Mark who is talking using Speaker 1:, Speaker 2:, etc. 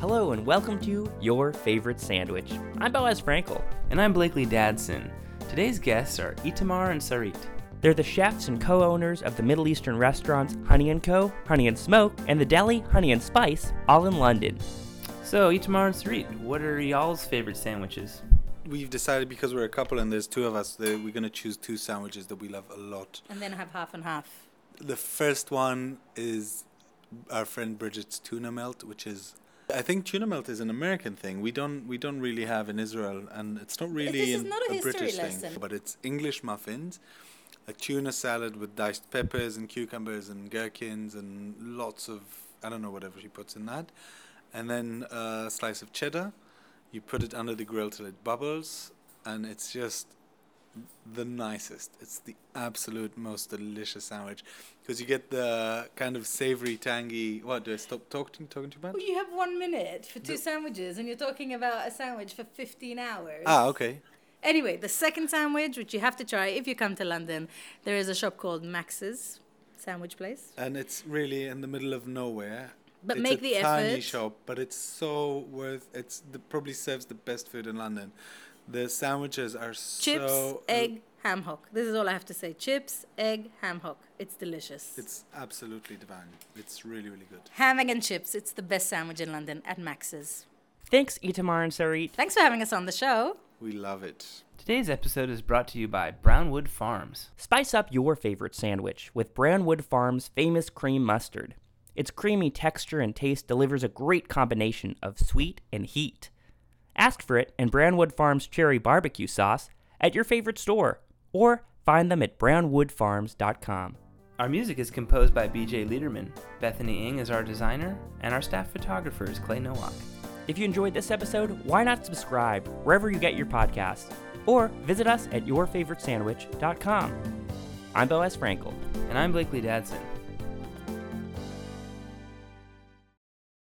Speaker 1: Hello and welcome to Your Favorite Sandwich. I'm Boaz Frankel.
Speaker 2: And I'm Blakely Dadson. Today's guests are Itamar and Sarit.
Speaker 1: They're the chefs and co-owners of the Middle Eastern restaurants Honey and Co, Honey and Smoke, and the deli Honey and Spice, all in London.
Speaker 2: So, Itamar and Sarit, what are y'all's favorite sandwiches?
Speaker 3: We've decided because we're a couple and there's two of us that we're going to choose two sandwiches that we love a lot.
Speaker 4: And then have half and half.
Speaker 3: The first one is our friend Bridget's tuna melt, which is I think tuna melt is an American thing. We don't we don't really have in Israel, and it's not really
Speaker 4: This is
Speaker 3: an-
Speaker 4: not a
Speaker 3: a,
Speaker 4: history
Speaker 3: British
Speaker 4: lesson.
Speaker 3: thing. But it's English muffins, a tuna salad with diced peppers and cucumbers and gherkins and lots of I don't know whatever she puts in that, and then a slice of cheddar. You put it under the grill till it bubbles, and it's just the nicest. It's the absolute most delicious sandwich because you get the kind of savory, tangy. What do I stop talking? Talking too much?
Speaker 4: Well, you have one minute for two sandwiches, and you're talking about a sandwich for 15 hours.
Speaker 3: Ah, okay.
Speaker 4: Anyway, the second sandwich, which you have to try if you come to London, there is a shop called Max's Sandwich Place.
Speaker 3: And it's really in the middle of nowhere.
Speaker 4: But
Speaker 3: it's
Speaker 4: make
Speaker 3: a
Speaker 4: the
Speaker 3: tiny
Speaker 4: effort.
Speaker 3: shop, but it's so worth. It's the, probably serves the best food in London. The sandwiches are
Speaker 4: Chips,
Speaker 3: so uh,
Speaker 4: egg, ham hock. This is all I have to say. Chips, egg, ham hock. It's delicious.
Speaker 3: It's absolutely divine. It's really really good.
Speaker 4: ham, egg, and chips. It's the best sandwich in London at Max's.
Speaker 1: Thanks Itamar and Sarit.
Speaker 4: Thanks for having us on the show.
Speaker 3: We love it.
Speaker 2: Today's episode is brought to you by Brownwood Farms.
Speaker 1: Spice up your favorite sandwich with Brownwood Farm's famous cream mustard. Its creamy texture and taste delivers a great combination of sweet and heat. Ask for it in Brownwood Farm's cherry barbecue sauce at your favorite store or find them at brownwoodfarms.com.
Speaker 2: Our music is composed by BJ Liederman. Bethany Ng is our designer, and our staff photographer is Clay Nowak.
Speaker 1: If you enjoyed this episode, why not subscribe wherever you get your podcasts or visit us at yourfavoritesandwich.com. I'm Boaz Frankel.
Speaker 2: And I'm Blakely Dadson.